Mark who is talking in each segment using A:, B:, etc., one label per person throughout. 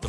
A: The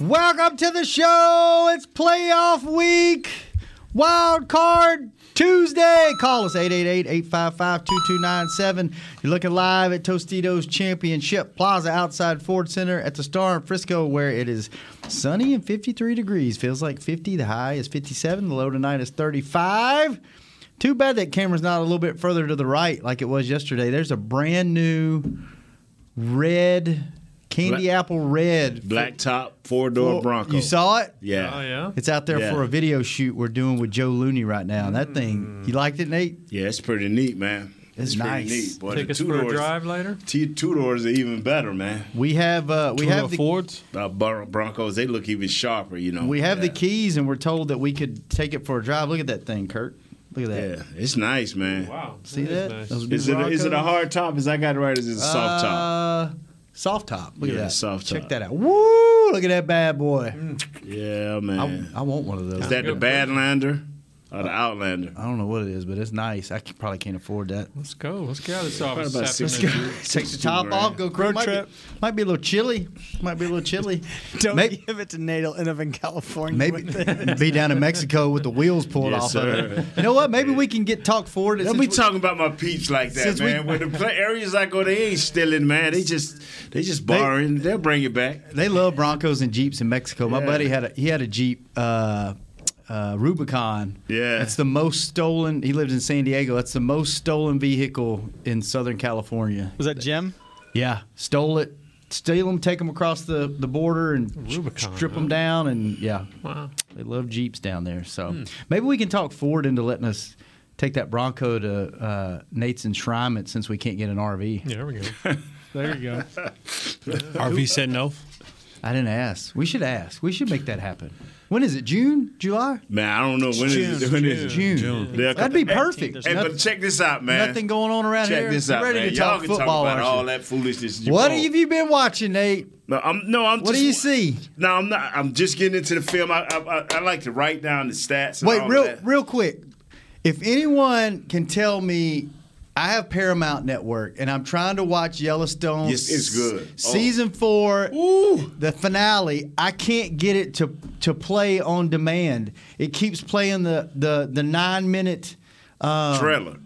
B: Welcome to the show. It's playoff week. Wild card Tuesday. Call us 888-855-2297. You're looking live at Tostitos Championship Plaza outside Ford Center at the Star in Frisco where it is sunny and 53 degrees. Feels like 50. The high is 57. The low tonight is 35. Too bad that camera's not a little bit further to the right like it was yesterday. There's a brand new red candy
C: Black-
B: apple red
C: Black top, four door
B: Well,
C: Bronco.
B: You saw it?
D: Oh,
C: Yeah.
B: It's out there
C: Yeah.
B: for a video shoot we're doing with Joe Looney right now. And that
C: Mm.
B: thing, you liked it, Nate?
C: Yeah, it's pretty neat, man.
B: It's
C: pretty
B: nice.
C: neat. Boy,
D: Take
C: the
D: us
C: two
D: for a
C: doors,
D: drive later.
C: T- two doors are even better, man.
B: We have uh, we have the
D: Fords.
C: Uh, Bron- Broncos, they look even sharper, you know.
B: we have the
C: Yeah.
B: keys, and we're told that we could take it for a drive. Look at that thing, Kurt. Look at that.
C: Yeah, it's nice, man.
D: Wow.
B: See that? Those new
C: Is it, a, is it a
B: Broncos.
C: hard top? Is I got it right? Is it a soft top?
B: Uh, soft top. Look at
C: Yeah,
B: that.
C: soft
B: Check
C: top.
B: that out. Woo! Look at that bad boy.
C: Yeah,
B: I,
C: man.
B: I want one of those.
C: is that the Badlander or the Outlander?
B: I don't know what it is, but it's nice. I c- probably can't afford that.
D: Let's go. Let's get out of this
C: Probably
D: office.
C: about
D: this
C: six.
D: afternoon.
B: Take the top off. Go cruise. Might
E: trip.
B: Be, might be a little chilly. Might be a little chilly.
E: Don't
B: Maybe-
E: give it to Nate. He'll end up in California.
B: Maybe
E: with it.
B: be down in Mexico with the wheels pulled off
C: Yes,
B: of
C: sir.
B: it. You know what? Maybe we can get talk forward.
C: Don't be talking about my peeps like that,
B: Since we-
C: man. When the play areas I go, they ain't stealing, man. They just, they just borrowing. They, will bring it back.
B: They love Broncos and Jeeps in Mexico. My
C: Yeah.
B: buddy had a he had a Jeep uh, uh, Rubicon.
C: Yeah.
B: that's the most stolen. He lives in San Diego. That's the most stolen vehicle in Southern California.
E: Was that Jim?
B: Yeah, stole it. Steal them, take them across the, the border, and
D: Rubicon,
B: strip them
D: huh?
B: down, and yeah,
D: Wow. Hmm.
B: they love Jeeps down there. So maybe we can talk Ford into letting us take that Bronco to uh, Nate's enshrinement since we can't get an RV.
D: Yeah, there we go. There you go. RV said no.
B: I didn't ask. We should ask. We should make that happen. When is it? June? July?
C: Man, I don't know when is it. When is it?
B: June.
C: Yeah,
B: That'd be
C: hey,
B: perfect.
C: Hey,
B: nothing,
C: but check this out, man.
B: nothing going on around
C: check
B: here.
C: this
B: You're
C: out,
B: ready
C: man.
B: to
C: Y'all
B: talk
C: can
B: football,
C: talk about
B: aren't
C: all
B: you?
C: that foolishness. You
B: What
C: want.
B: have you been watching, Nate?
C: No, I'm no, I'm.
B: What
C: just,
B: do you see?
C: No, I'm not. I'm just getting into the film. I I, I, I like to write down the stats. And all
B: Wait,
C: of
B: real
C: that.
B: real quick. If anyone can tell me, I have Paramount Network, and I'm trying to watch Yellowstone.
C: Yes, it's good. Oh.
B: Season four, the finale. I can't get it to to play on demand. It keeps playing the the the nine minute.
C: Oh,
B: um,
C: trailer.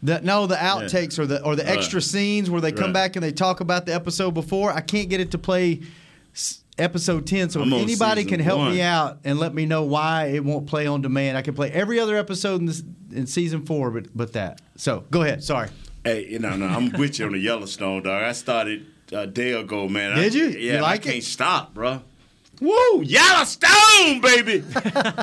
B: The, no, the outtakes or the or the extra scenes where they come
C: Right.
B: back and they talk about the episode before. I can't get it to play s- episode ten. So
C: I'm
B: if
C: on
B: anybody
C: season
B: can help
C: one.
B: me out and let me know why it won't play on demand, I can play every other episode in this in season four, but but that. So go ahead. Sorry.
C: Hey, you know, no, I'm with you on the Yellowstone, dog. I started a day ago, man.
B: Did
C: I,
B: you? You
C: Yeah, and
B: like
C: I can't
B: it?
C: stop, bro. Woo, Yellowstone, baby.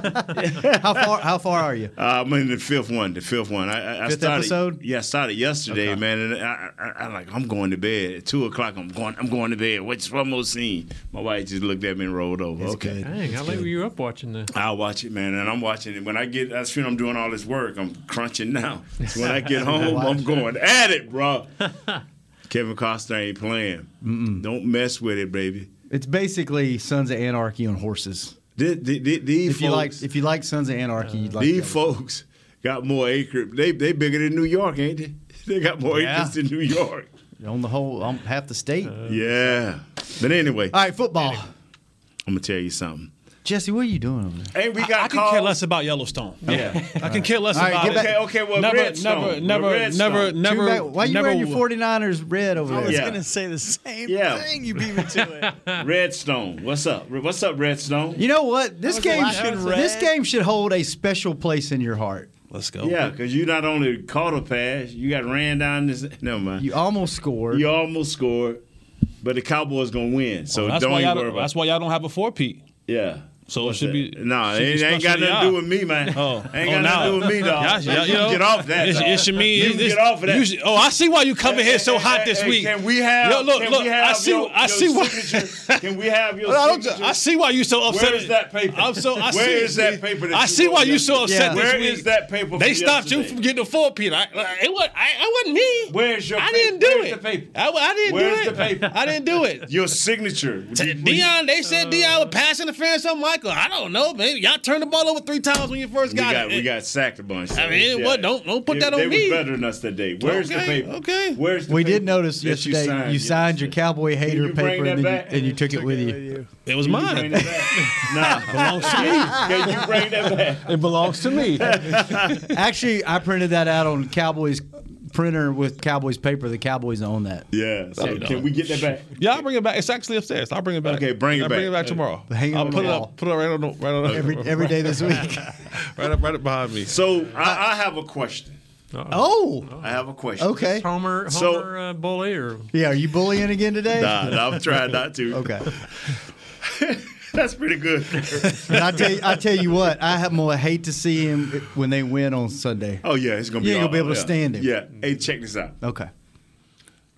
B: How far how far are you?
C: Uh, I'm in the fifth one. The fifth one. I, I, I
B: Fifth
C: started,
B: episode?
C: Yeah, I started yesterday, man. And I, I, I, am like, I'm going to bed at two o'clock. I'm going. I'm going to bed. What's one more scene? My wife just looked at me and rolled over. okay.
D: Dang, how late were you up watching this?
C: I'll watch it, man, and I'm watching it. When I get, that's when I'm doing all this work. I'm crunching now. So when I get home, I'm going at it, bro. Kevin Costner ain't playing. Don't mess with it, baby.
B: It's basically Sons of Anarchy on horses.
C: The, the, the, these
B: If
C: folks,
B: you like if you like Sons of Anarchy, you'd like
C: these
B: that.
C: folks got more acre. They they bigger than New York, ain't they? They got more
B: Yeah.
C: acres than New York.
B: on the whole um, half the state.
C: Uh, Yeah. But anyway,
B: All right, football.
C: I'm gonna tell you something.
B: Jesse, what are you doing over there?
C: Hey, we
F: I
C: got
F: could care
C: calls.
F: less about Yellowstone.
C: Yeah.
F: I can care less
B: All right,
F: about
B: get
F: it.
B: back-
C: okay, okay. Well,
F: Never,
C: Redstone.
F: never,
C: Well,
F: never,
C: Redstone.
F: never, never,
B: Two back- Why are you
F: never.
B: wearing your 49ers red over there?
E: I was
C: Yeah.
E: gonna say the same
C: Yeah.
E: thing. You beat me to it.
C: Redstone. What's up? What's up, Redstone?
B: You know what? This game
E: black
B: should
E: and red.
B: this game should hold a special place in your heart.
F: Let's go.
C: Yeah, because you not only caught a pass, you got ran down this. Never mind. You,
B: You almost scored.
C: almost scored, but the Cowboys gonna win, so
F: That's
C: don't
F: why,
C: even
D: Oh,
F: y'all,
C: worry about.
F: that's why y'all don't have a four peat.
C: yeah,
D: So it should be.
C: No,
D: should be
C: it ain't got
D: special
C: nothing to
D: y'all.
C: do with me, man.
D: Oh,
C: ain't
D: oh, now-
C: got nothing to do with me, dog.
D: Y'all should- y'all-
C: you
D: know,
C: can get off that.
D: It,
C: dog.
D: it should mean
C: you can get off of that.
D: you should- oh, I see why you coming
C: Hey,
D: here so
C: hey,
D: hot
C: hey,
D: this
C: hey,
D: week.
C: Can we have?
D: Yo, look,
C: can
D: look.
C: We have
D: I see.
C: Your,
D: I
C: your
D: see why.
C: signature? Can we have your?
D: I, don't,
C: signature?
D: I see why you so upset.
C: Where is that paper?
D: I'm so. I
C: Where
D: see,
C: is that paper that
D: I
C: you
D: see why
C: wrote
D: you so
C: yesterday?
D: upset.
C: Where
D: This
C: is
D: week.
C: that paper
D: They
C: from
D: stopped you
C: yesterday?
D: from getting the four peat. I, I- it was. I, I wasn't me.
C: Where's your
D: I
C: paper?
D: didn't do
C: Where's
D: it.
C: the paper?
D: I, I didn't
C: Where's
D: do it.
C: the paper?
D: I didn't do it.
C: Your signature.
D: T- Dion, they said Dion was pass interference on Michael. I don't know, maybe y'all turned the ball over three times when you first
C: We
D: got,
C: got,
D: it.
C: we got sacked a bunch.
D: I mean, what? Don't- don't put
C: They-
D: that on
C: they
D: me.
C: were better than us that day. Where's the
D: Okay,
C: paper?
D: okay.
C: Where's the
B: We
C: paper
B: did notice
C: that
B: yesterday you signed, your
C: yesterday?
B: cowboy hater
C: you bring
B: paper
C: that
B: and, then
C: back?
B: you, and you took it with you.
D: it was
C: Can you
D: mine.
C: bring that back?
D: Belongs to me.
C: Nah. Can you bring that back?
D: It belongs to me.
B: Actually, I printed that out on Cowboys printer with Cowboys paper. The Cowboys own that.
C: Yeah. So can we get that back?
D: yeah, I'll bring it back. It's actually upstairs. I'll bring it back.
C: Okay, bring it
D: I'll Bring it
C: back.
D: back tomorrow.
B: Hang it
D: I'll
B: on
D: put
B: the
D: it
B: wall.
D: up. Put it right on the right on the,
B: Every every day this week.
D: right up right up behind me.
C: So I, I have a question.
B: Oh,
C: I have a question.
B: okay.
F: Homer, Homer
C: So-
F: uh, Bully, or
B: Yeah, are you bullying again today?
C: Nah, nah, I'm trying not to.
B: Okay.
C: That's pretty good.
B: And I tell you, I tell you what, I have more hate to see him when they win on Sunday.
C: Oh yeah, it's gonna be.
B: You ain't gonna
C: all-
B: be able to
C: yeah.
B: stand him.
C: Yeah. Hey, check this out.
B: Okay.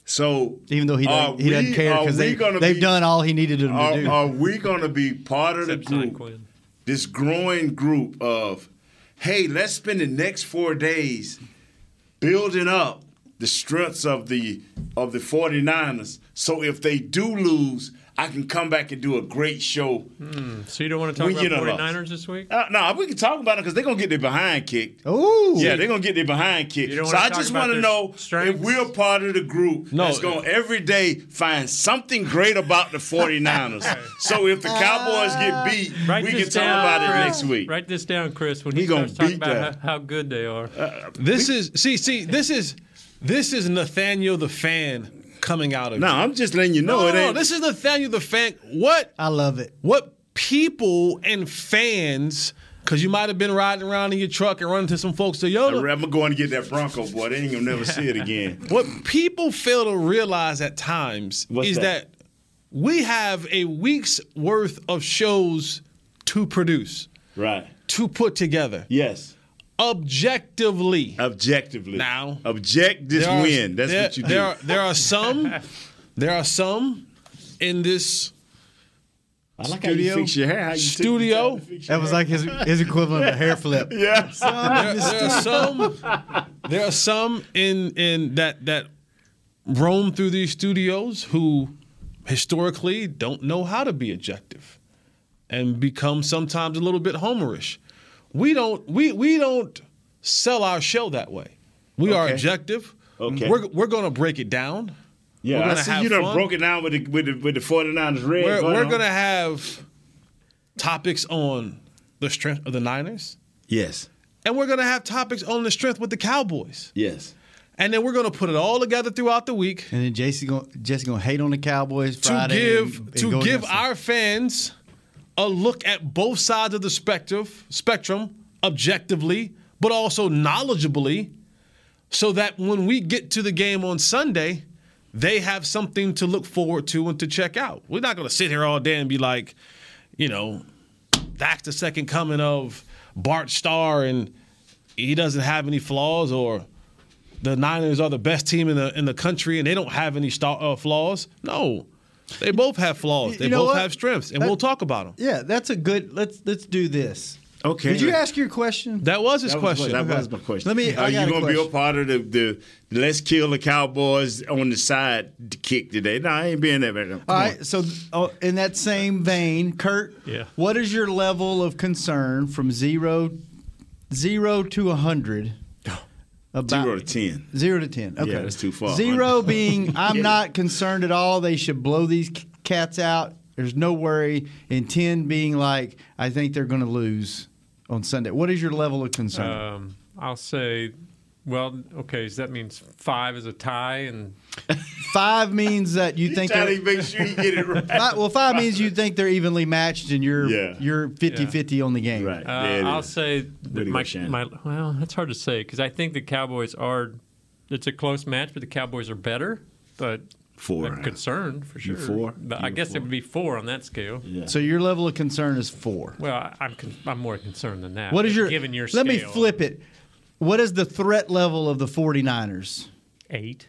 C: So
B: Even though he
C: are
B: doesn't, he doesn't
C: we-
B: care
C: are
B: because they
C: we gonna
B: they've
C: be-
B: done all he needed them to
C: Are,
B: do.
C: are we gonna be part of the
F: Except Sign
C: group?
F: Quinn.
C: This growing group of, hey, let's spend the next four days building up the strengths of the of the 49ers. So if they do lose, I can come back and do a great show.
F: So you don't want to talk
C: We get
F: about
C: a loss.
F: 49ers this week?
C: Uh, no, we can talk about it because they're gonna get their behind kicked.
B: Ooh,
C: Yeah, they're gonna get their behind kicked.
F: You don't
C: So
F: wanna
C: I
F: talk
C: just
F: about
C: want to
F: their
C: know
F: strengths?
C: if we're part of the group
D: No.
C: that's gonna every day find something great about the 49ers. so if the Cowboys
B: Uh,
C: get beat,
F: Write
C: we
F: this
C: can talk
F: down,
C: about it
F: Chris.
C: next week.
F: Write this down, Chris. When
C: We
F: he
C: gonna
F: starts talking
C: beat
F: about
C: that.
F: how, how good they are,
C: Uh,
D: This is see see this is this is Nathaniel the fan coming out of
C: No,
D: you.
C: I'm just letting you know
D: no,
C: it
D: no,
C: ain't.
D: this is Nathaniel the fan. What
B: I love it.
D: what people and fans, because you might have been riding around in your truck and running to some folks. So yo,
C: I'm going to get that Bronco boy. They ain't gonna never see it again.
D: what people fail to realize at times
C: What's
D: is
C: that?
D: that? we have a week's worth of shows to produce,
C: Right?
D: to put together,
C: Yes.
D: objectively.
C: Objectively.
D: Now.
C: Object this
D: There are-
C: win. That's
D: there-
C: what you do.
D: There are, there are some, there are some in this
C: I like how you fix your hair. How you took the time
D: Studio.
C: to fix your
B: That was like his his equivalent of a hair flip.
C: hair. Yeah.
D: there, there are some there are some in in that that roam through these studios who historically don't know how to be objective and become sometimes a little bit homerish. We don't we we don't sell our show that way. We are
C: Okay.
D: objective.
C: Okay.
D: We're we're going to break it down. We're
C: Yeah, I
D: gonna
C: see
D: have
C: you done
D: fun.
C: broke it down with the with the, with the 49ers red.
D: We're,
C: going
D: we're
C: on.
D: going to have topics on the strength of the Niners
C: Yes.
D: and we're going to have topics on the strength with the Cowboys.
C: Yes.
D: And then we're going to put it all together throughout the week.
B: And then Jesse going Jesse gonna hate on the Cowboys Friday.
D: to
B: and-
D: give
B: and
D: to
B: go
D: give
B: against them.
D: our fans a look at both sides of the spectrum spectrum objectively but also knowledgeably so that when we get to the game on Sunday they have something to look forward to and to check out. We're not going to sit here all day and be like, you know, that's the second coming of Bart Starr and he doesn't have any flaws or the Niners are the best team in the in the country and they don't have any star, uh, flaws. No. They both have flaws.
B: You
D: They
B: know
D: both
B: what?
D: have strengths and
B: That-
D: we'll talk about them.
B: Yeah, that's a good. Let's let's do this.
C: Okay.
B: Did you ask your question?
D: That was his
C: That was,
D: question.
C: that was
B: Okay.
C: my question.
B: Let me- I got
C: Are you
B: a
C: gonna be a
B: question.
C: part of the, the let's kill the Cowboys on the side kick today? No, I ain't being that. Right now.
B: All right. So, oh, in that same vein, Kurt.
F: Yeah.
B: What is your level of concern from zero, zero to a hundred? About
C: Zero to ten.
B: Zero to ten. Okay,
C: that's too far.
B: Zero being I'm
C: Yeah.
B: not concerned at all. They should blow these c- cats out. There's no worry. And ten being like I think they're going to lose on Sunday. What is your level of concern?
F: um, I'll say, well, okay, so that means five is a tie, and
B: five means that you think
C: trying
B: they're-
C: to make sure you get it right.
B: Five, well, five means you think they're evenly matched and you're
C: Yeah.
B: you're 50 50 on the game.
C: right.
F: uh,
C: there it
F: I'll
C: is.
F: say that
C: to go,
F: my,
C: Shannon.
F: my well, that's hard to say because I think the Cowboys are. It's a close match, but the Cowboys are better. But
C: Four.
F: I'm concerned for sure.
C: You four?
F: But I
C: You
F: guess
C: four.
F: it would be four on that scale.
B: So your level of concern is four.
F: Well, I- I'm con- I'm more concerned than that.
B: What is
F: but
B: your?
F: given your
B: let me
F: scale,
B: flip it. What is the threat level of the 49ers?
F: eight?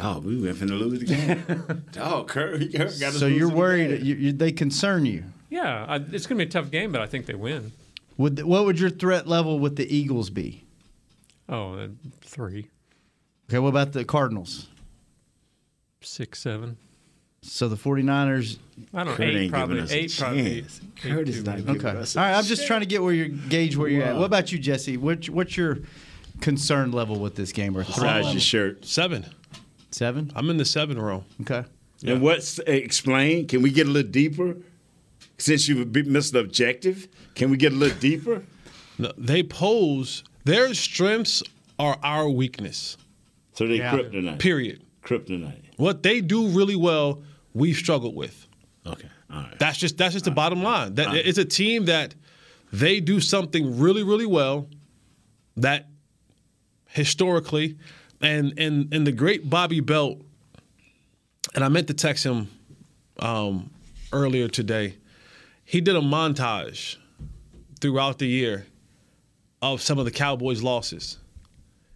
C: Oh, we went finna lose again. Dog, Curry, Curry got us
B: So you're
C: losing
B: worried
C: again.
B: you, you, they concern you.
F: Yeah, I, it's going to be a tough game, but I think they win.
B: Would what would your threat level with the Eagles be?
F: Oh, uh, three,
B: Okay, what about the Cardinals?
F: six, seven.
B: So the 49ers.
F: I don't know.
C: Kurt ain't
F: Eight
C: giving
F: probably.
C: us a
F: Eight probably.
C: chance. Kurt is not giving
B: Okay. All
C: us a
B: right, I'm just trying to get where you gauge where you're at. What about you, Jesse? What, what's your concern level with this game or threat?
C: Size your shirt.
D: Seven.
B: Seven.
D: I'm in the seven row.
B: Okay.
C: And what's eh, explain? Can we get a little deeper? Since you be- missed the objective, can we get a little deeper?
D: No, they pose their strengths are our weakness.
C: So they
B: Yeah.
C: kryptonite.
D: Period.
C: Kryptonite.
D: What they do really well, we've struggled with.
C: Okay. All right.
D: That's just that's just the bottom line. That it's a team that they do something really really well that historically and and and the great Bobby Belt and I meant to text him um, earlier today. He did a montage throughout the year of some of the Cowboys losses.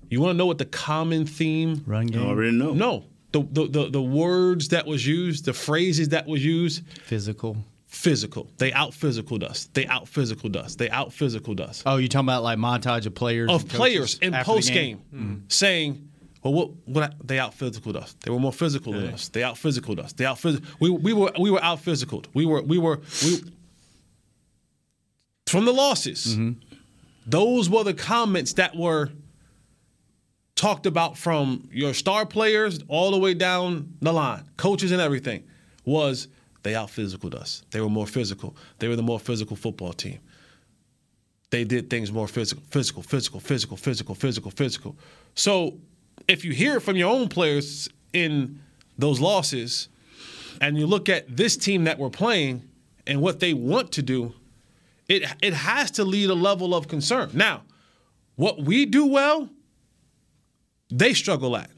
D: You want to know what the common theme
B: Run
C: You
B: game.
C: already know.
D: no. The, the, the, the words that was used, the phrases that was used,
B: Physical.
D: physical. They out physicaled us. They out physicaled us. They out physicaled us.
B: Oh, you're talking about like montage of players
D: Of
B: and coaches
D: players in
B: after the
D: post game saying, well, what, what I- they out physicaled us. They were more physical than us. They out physicaled us. They out phys- we, we were we were out physicaled. We were we were we from the losses. Those were the comments that were talked about from your star players all the way down the line, coaches and everything, was they out physicaled us. They were more physical. They were the more physical football team. They did things more physical, physical, physical, physical, physical, physical, physical. So if you hear it from your own players in those losses, and you look at this team that we're playing and what they want to do, it it has to lead a level of concern. Now, what we do well, they struggle at.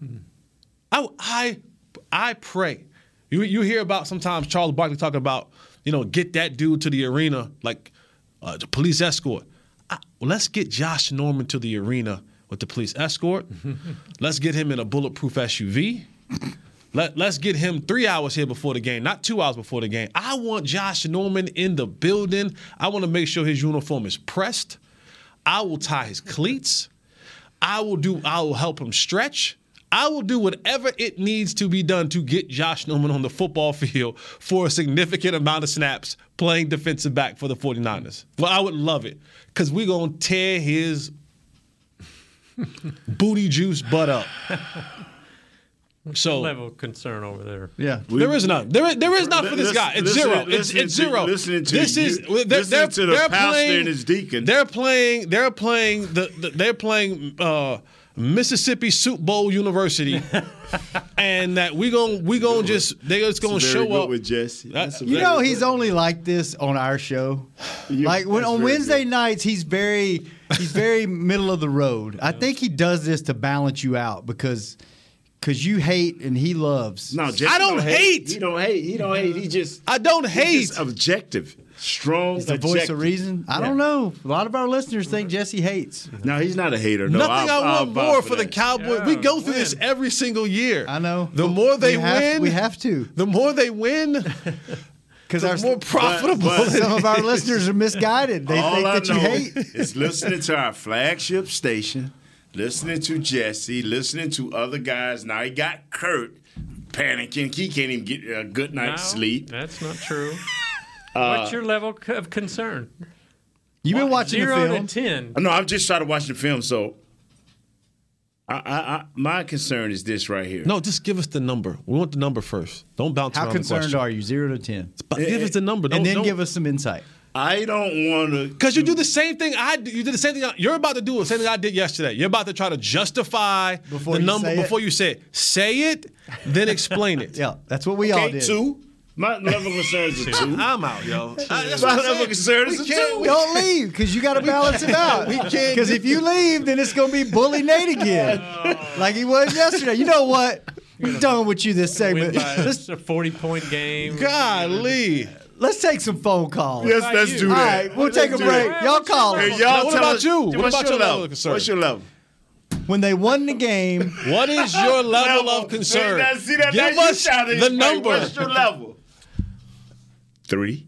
D: I I I pray. You you hear about sometimes Charles Barkley talking about you know get that dude to the arena like uh, the police escort. I, well, let's get Josh Norman to the arena with the police escort. let's get him in a bulletproof SUV. Let, let's get him three hours here before the game, not two hours before the game. I want Josh Norman in the building. I want to make sure his uniform is pressed. I will tie his cleats. I will do. I will help him stretch. I will do whatever it needs to be done to get Josh Norman on the football field for a significant amount of snaps playing defensive back for the 49ers. Well, I would love it because we're going to tear his booty juice butt up. So
F: Level of concern over there.
B: game. Yeah.
D: there is none. There is, there is none for this
C: Listen-
B: Mm-hmm.
D: guy. It's
C: listen-
D: zero. It's,
C: listen
D: it's
C: to-
D: zero.
C: listening to
D: this
C: you-
D: is they're,
C: listening
D: they're-
C: to the
D: they're
C: pastor
D: playing,
C: and his deacon.
D: They're playing. They're playing. The, the- they're playing uh, Mississippi Soup Bowl University, and that we gon' we gon' just they just gonna
C: That's very
D: show
C: good
D: up. Uh,
C: with Jesse. That's
B: You
C: very
B: know
C: good.
B: he's only like this on our show.
C: You-
B: like when
C: that's
B: on
C: very
B: Wednesday
C: good.
B: nights, he's very he's very middle of the road. I think he does this to balance you out because because you hate and he loves.
C: No, Jesse
D: I don't hate.
C: He don't hate. He don't hate. He just
D: I don't
C: he's
D: hate.
C: just objective, strong.
B: He's the voice of reason. I don't know. A lot of our listeners think Jesse hates.
C: No, he's not a hater. No,
D: Nothing
C: I'll-
D: I
C: I'll
D: want
C: vouch
D: more for the
C: that.
D: Cowboys. we
F: Yeah,
D: go through this every single year.
B: I know.
D: The more they
B: We have-
D: win,
B: we have to.
D: The more they win,
B: Because
D: the more profitable.
C: but-
B: some of our listeners are misguided. They
C: All
B: think
C: I
B: that you
C: know
B: hate.
C: is listening to our flagship station, listening to Jesse, listening to other guys. Now he got Kurt panicking. He can't even get a good night's
F: No,
C: sleep. Uh,
F: That's not true. What's your level c- of concern?
B: You've been watching the
F: Zero
B: film.
F: to ten.
C: No, I've just started watching the film, so I, I, I, my concern is this right here.
D: No, just give us the number. We want the number first. Don't bounce
B: How
D: around the
B: concerned
D: question.
B: are you? Zero to ten.
D: But give us the number. Don't,
B: and then
D: don't,
B: give us some insight.
C: I don't want to.
D: Because you do the same thing I do. You did the same thing. I- You're about to do the same thing I did yesterday. You're about to try to justify
B: Before
D: the
B: you
D: number
B: say it?
D: before you say it. Say it, then explain it.
B: Yeah, that's what we all
C: Okay,
B: did.
C: two. My level of concern is a two. My
D: I'm out, yo. I- that's what I'm
C: level of
D: saying.
C: concern is a
D: We can't-
C: two.
D: we-
B: Don't leave because you got to balance it out.
D: we can't
B: Because
D: do-
B: if you leave, then it's going to be bully Nate again, like he was yesterday. You know what? I'm done with you this
F: Win
B: segment.
F: by
B: Let's,
F: a 40 point game.
D: Golly.
B: let's take some phone calls.
C: Yes, let's do
B: All
C: that.
B: right, we'll take a
C: do
B: break.
F: that.
B: Y'all call
C: Hey,
B: us.
C: y'all
D: Now, what
C: tell
D: about
C: us-
D: you? What
C: what's
D: about
C: your
D: your level
C: level?
D: of concern?
C: What's your level?
B: When they won the game,
D: What is your level
C: Level.
D: of concern?
C: See that? See that?
D: Give
C: Now you
D: us
C: shouted.
D: the
C: Like,
D: number.
C: What's your level? Three.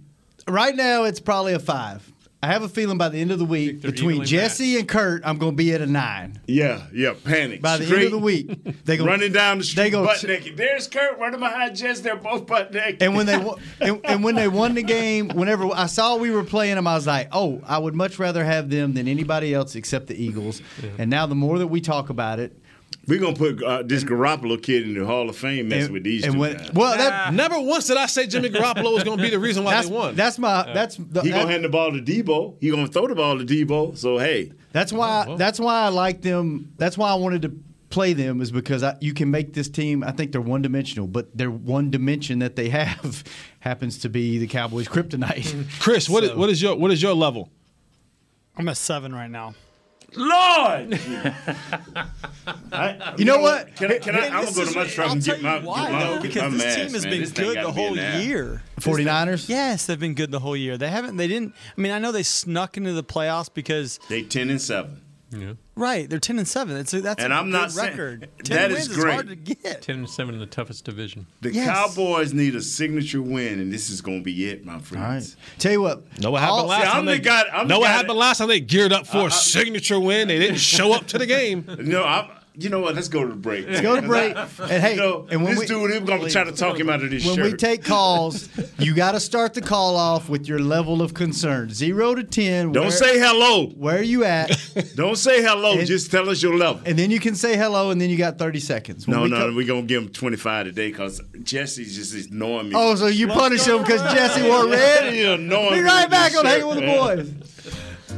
B: right now it's probably a five. I have a feeling by the end of the week,
F: they're
B: between
F: evenly
B: Jesse and Kurt, I'm going to be at a nine.
C: Yeah, yeah. Panic.
B: By the end
C: Street.
B: of the week, they go
C: running down the street,
B: They go-
C: butt naked. There's Kurt running behind Jess. They're both butt naked.
B: And when they won, and, and when they won the game, whenever I saw we were playing them, I was like, "Oh, I would much rather have them than anybody else except the Eagles." And now, the more that we talk about it,
C: We're gonna put uh, this Garoppolo kid in the Hall of Fame messing
B: and,
C: with these
B: and
C: two.
B: when-
C: guys.
B: well, that,
D: Never once did I say Jimmy Garoppolo was going to be the reason why
B: that's
D: they won.
B: that's my that's the,
C: he gonna
B: that-
C: hand the ball to Debo. He gonna throw the ball to Debo. So hey,
B: that's why that's why I like them. That's why I wanted to play them is because I, you can make this team. I think they're one dimensional, but their one dimension that they have happens to be the Cowboys' kryptonite.
D: Chris, what is, what is your what is your level?
E: I'm at seven right now.
C: Lord,
B: you know what?
C: Can I? Can I I'm gonna go to my truck and get my, get
E: why,
C: my,
E: though,
C: get
E: because
C: my
E: this
C: mask,
E: team has
C: man.
E: been
C: This thing
E: good
C: gotta
E: the
C: be
E: whole
C: an app.
E: year.
B: 49ers?
E: Yes, they've been good the whole year. They haven't. They didn't. I mean, I know they snuck into the playoffs because
C: They ten and seven.
E: right, they're ten and seven. It's a, that's
C: And
E: a
C: I'm
E: good
C: not saying-
E: record.
C: that
E: ten
C: is
E: wins
C: great.
E: hard to get.
F: 10 and 7 in the toughest division.
C: The
E: Yes.
C: Cowboys need a signature win, and this is gonna be it, my
B: All right.
C: friends.
B: Tell you what.
D: Know what happened
B: all-
D: last
C: Oh, See, I'm
D: time?
C: the
D: they,
C: guy- I'm
D: know
C: the
D: what
C: guy
D: happened
C: that-
D: last time? They geared up for a signature win. They didn't show up to the game.
C: No, I'm. You know what? Let's go to the break. Let's
B: go to break. And hey,
C: you know,
B: and when
C: this
B: we,
C: dude, we're gonna try to talk him out of this
B: when we
C: shirt.
B: take calls, you got to start the call off with your level of concern, zero to ten.
C: Don't
B: where,
C: say hello.
B: where are you at,
C: Don't say hello.
B: And-
C: Just tell us your level.
B: and then you can say hello, and then you got thirty seconds. When
C: No,
B: we
C: no,
B: co-
C: we're gonna give him 25 today because Jesse's just ignoring me.
B: Oh, so you punish him because Jesse wore red.
C: He annoying
B: Be
C: me
B: right
C: with
B: back
C: this
B: on
C: shit,
B: Hanging with the
C: man.
B: Boys.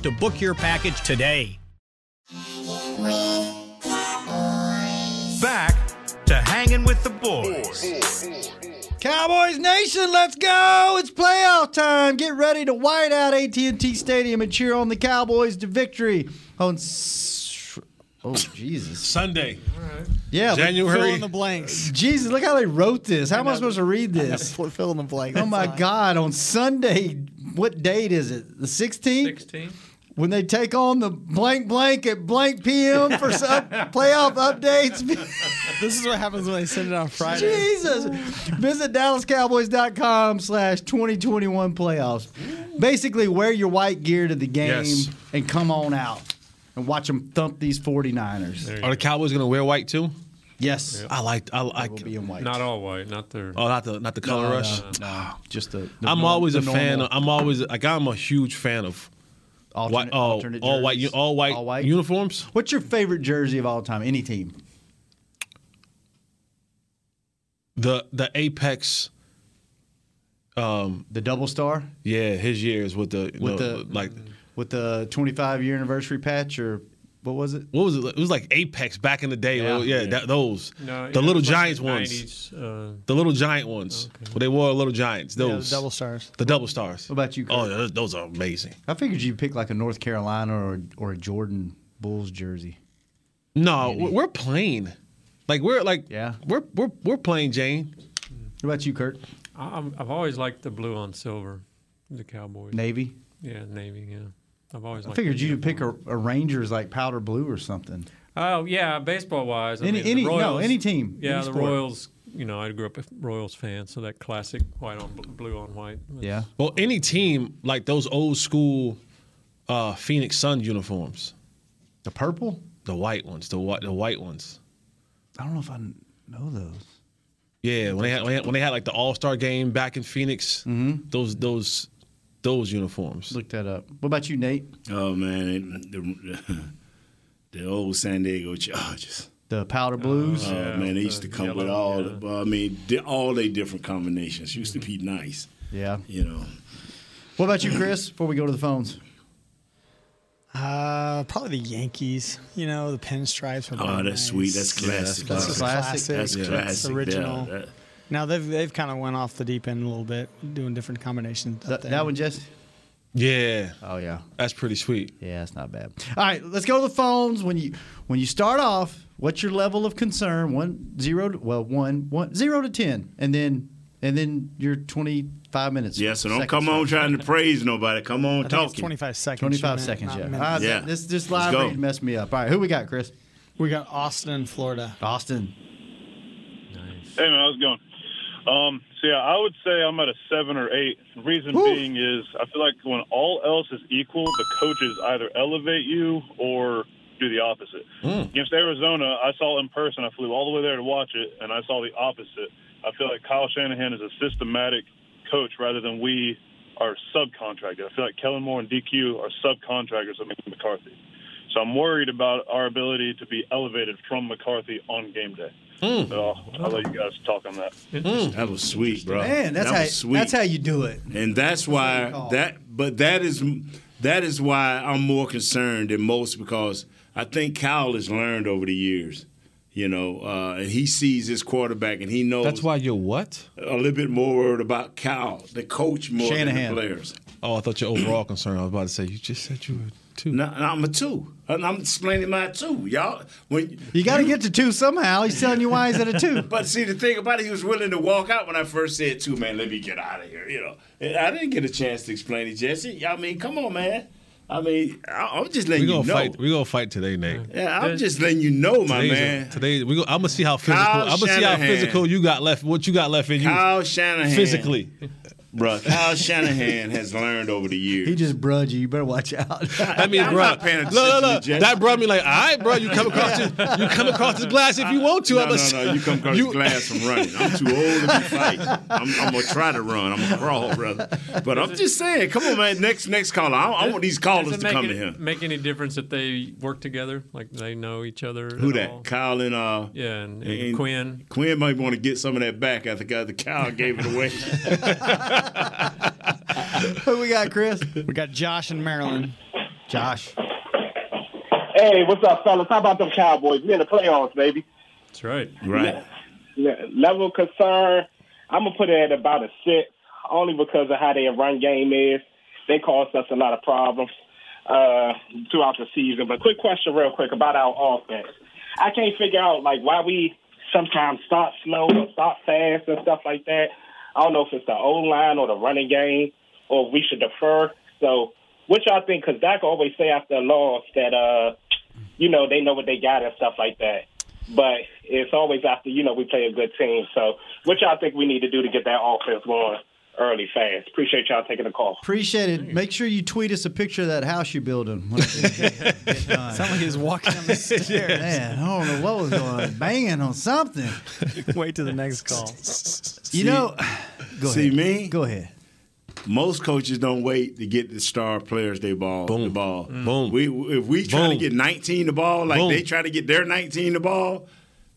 G: to book your package today.
H: Back to hanging with the boys.
B: Cowboys Nation, let's go! It's playoff time. Get ready to white out AT&T Stadium and cheer on the Cowboys to victory on. s- Oh Jesus!
D: Sunday,
B: Yeah, but-
E: Fill
D: January.
E: in the blanks.
B: Jesus, look how they wrote this. How am I supposed to read this?
E: Fill fill in the blanks.
B: Oh my God! On Sunday, what date is it? The 16th.
F: 16?
B: When they take on the blank blank at blank PM for some playoff updates.
E: This is what happens when they send it on Friday.
B: Jesus. Visit DallasCowboys.com slash 2021 playoffs. Basically, wear your white gear to the game
D: Yes.
B: and come on out and watch them thump these 49ers.
D: Are the Cowboys going to wear white too? Yes, I liked. I like.
B: be in white.
F: Not all white, not their.
D: Oh, not the not the color rush.
B: No, just the. the
D: I'm
B: norm-
D: always
B: the
D: a fan.
B: normal
D: Of, I'm always
F: Uh,
D: like I'm a huge fan of white,
B: alternate-
D: oh,
B: alternate
D: all white,
B: jerseys.
D: all white,
B: All white.
D: uniforms.
B: What's your favorite jersey of all time? Any team?
D: The the apex. Um.
B: The double star
D: Yeah, his years with the
B: With
D: with
B: the-
D: the like.
B: with the 25 year anniversary patch, or what was it?
D: What was it? It was like Apex back in the day.
B: Yeah.
D: Yeah, yeah, That, those.
F: No, it
D: the little
F: was like
D: giants
F: the
D: ones.
F: 90s, uh,
D: The little giant ones. Well, they wore little giants.
E: Yeah,
D: Those
E: double stars.
D: The double stars.
B: What about you, Kurt?
D: Oh, yeah, those, those are amazing.
B: I figured you'd pick like a North Carolina or or a Jordan Bulls jersey.
D: No, we're- we're playing. Like we're like
B: Yeah.
D: we're we're we're playing Jane.
B: What about you, Kurt?
F: I- I'm, I've always liked the blue on silver, the Cowboys.
B: Navy.
F: Yeah, navy. Yeah, I've always.
B: I
F: liked
B: figured
F: that
B: you'd pick a,
F: uniform.
B: a Rangers like powder blue or something.
F: Oh yeah, baseball wise.
B: Any- any- no, any team,
F: Yeah,
B: any
F: the
B: sport.
F: Royals. You know, I grew up a Royals fan, so that classic white on bl- blue on white. was-
B: Yeah.
D: Well, any team like those old school uh, Phoenix Sun uniforms,
B: The purple?
D: the white ones, the white the white ones.
B: I don't know if I know those.
D: Yeah, when they had when they had, when they had like the All Star game back in Phoenix, those those those uniforms.
B: Mm-hmm. Look that up. What about you, Nate?
C: Oh man, it, the, the old San Diego Chargers.
B: The powder blues.
C: Oh man, they used to come with
F: yellow,
C: all.
F: yeah.
C: The, well, I mean, di- all they different combinations used to be nice.
B: yeah.
C: You know,
B: What about you, Chris? Before we go to the phones,
E: Uh, probably the Yankees. You know, the pinstripes. Were
C: oh
E: pretty
C: that's
E: nice.
C: sweet. That's
D: Yeah, that's classic.
C: classic.
E: That's classic.
C: That's
E: That's
C: classic. yeah.
E: original.
C: That-
E: Now they've they've kind of went off the deep end a little bit, doing different combinations. up
B: that,
E: there.
B: that one, Jesse.
D: Yeah,
B: Oh yeah,
D: that's pretty sweet.
B: yeah. That's not bad. All right, let's go to the phones. When you when you start off, what's your level of concern? One zero. To, well, one one zero to ten, and then and then your twenty five minutes.
C: yeah, so don't
B: Seconds,
C: come on
B: sorry.
C: trying to praise nobody. Come on
E: I think it's
C: Oh, talking.
E: 25 seconds.
B: 25
E: you meant,
B: seconds,
E: not
B: yeah.
E: minutes.
B: Ah,
C: Yeah.
B: This, this live
C: Let's go.
B: read messed me up. All right, who we got, Chris?
E: We got Austin in Florida.
B: Austin.
I: Hey man, how's it going? Um, so yeah, I would say I'm at a seven or eight. Reason
B: Woo.
I: being is I feel like when all else is equal, the coaches either elevate you or do the opposite. Against Arizona, I saw in person. I flew all the way there to watch it, and I saw the opposite. I feel like Kyle Shanahan is a systematic coach rather than we are subcontracted. I feel like Kellen Moore and DQ are subcontractors of Mike McCarthy. So I'm worried about our ability to be elevated from McCarthy on game day. So I'll let you guys talk on that.
C: That was sweet, bro.
B: Man, that's
C: that
B: how
C: was sweet.
B: that's how you do it.
C: and that's why that. But that is that is why I'm more concerned than most because I think Kyle has learned over the years. You know, uh, and he sees his quarterback, and he knows
D: That's why you're what?
C: a little bit more worried about Kyle, the coach, more
B: Shanahan.
C: than the players.
D: Oh, I thought your overall concern. I was about to say you just said you were two.
C: No, no, I'm a two. And I'm explaining my two, y'all. When
B: You got to get to two somehow. He's telling you why he's at a two.
C: but see, the thing about it, he was willing to walk out when I first said two. Man, let me get out of here. You know, And I didn't get a chance to explain it, Jesse. I mean, come on, man. I mean, I, I'm just
D: We
C: letting
D: gonna
C: you know.
D: fight. We gonna fight today, Nate.
C: Yeah, I'm just letting you know, my
D: Today's a-
C: man.
D: today we go, I'm gonna see how physical.
C: Kyle
D: I'm gonna see how
C: Shanahan.
D: physical you got left. What you got left in you
C: Kyle Shanahan,
D: physically.
C: bro. Kyle Shanahan has learned over the years.
B: He just brudged you. You better watch out.
D: I mean,
C: I'm
D: bro,
C: not paying attention
D: no, no,
C: to
D: no.
C: the Jets.
D: That brought me like, all right, bro. You come across, the, you come across the glass if you want to.
C: no,
D: I'm
C: no,
D: a-
C: no, you come across the glass from running. I'm too old to be fighting. I'm, I'm gonna try to run. I'm gonna crawl, brother. But I'm just saying, come on, man. Next, next caller. I, I want these
F: Does
C: callers
F: it
C: to
F: make,
C: come
F: any,
C: to him.
F: make any difference if they work together? Like they know each other?
C: Who
F: at
C: that?
F: all?
C: Kyle and uh.
F: Yeah, and, and
C: and-
F: Quinn.
C: Quinn might want to get some of that back after God, the cow gave it away.
B: Who we got, Chris?
E: We got Josh in Maryland.
B: Josh.
J: Hey, what's up, fellas? How about them Cowboys? We in the playoffs, baby.
F: That's right.
C: right.
J: Yeah, Level of concern, I'm gonna put it at about a six, only because of how their run game is. They caused us a lot of problems uh, throughout the season. But quick question, real quick, about our offense. I can't figure out like why we sometimes start slow or start fast and stuff like that. I don't know if it's the O line or the running game, or if we should defer. So, what y'all think? Because Dak always say after a loss that uh, you know they know what they got and stuff like that. But it's always after you know we play a good team. So, what y'all think we need to do to get that offense going? early fast. Appreciate y'all taking the call.
B: Appreciate it. Make sure you tweet us a picture of that house you're building.
E: Sound like he was walking down the stairs.
B: Man, I don't know what was going on. Banging on something.
E: Wait till the next call.
B: You know, go
C: see
B: ahead.
C: me.
B: Go ahead.
C: Most coaches don't wait to get the star players they ball the ball.
K: Boom.
C: We if we try to
K: Boom.
C: get 19 the ball like
F: Boom.
C: they try to get their 19 the ball,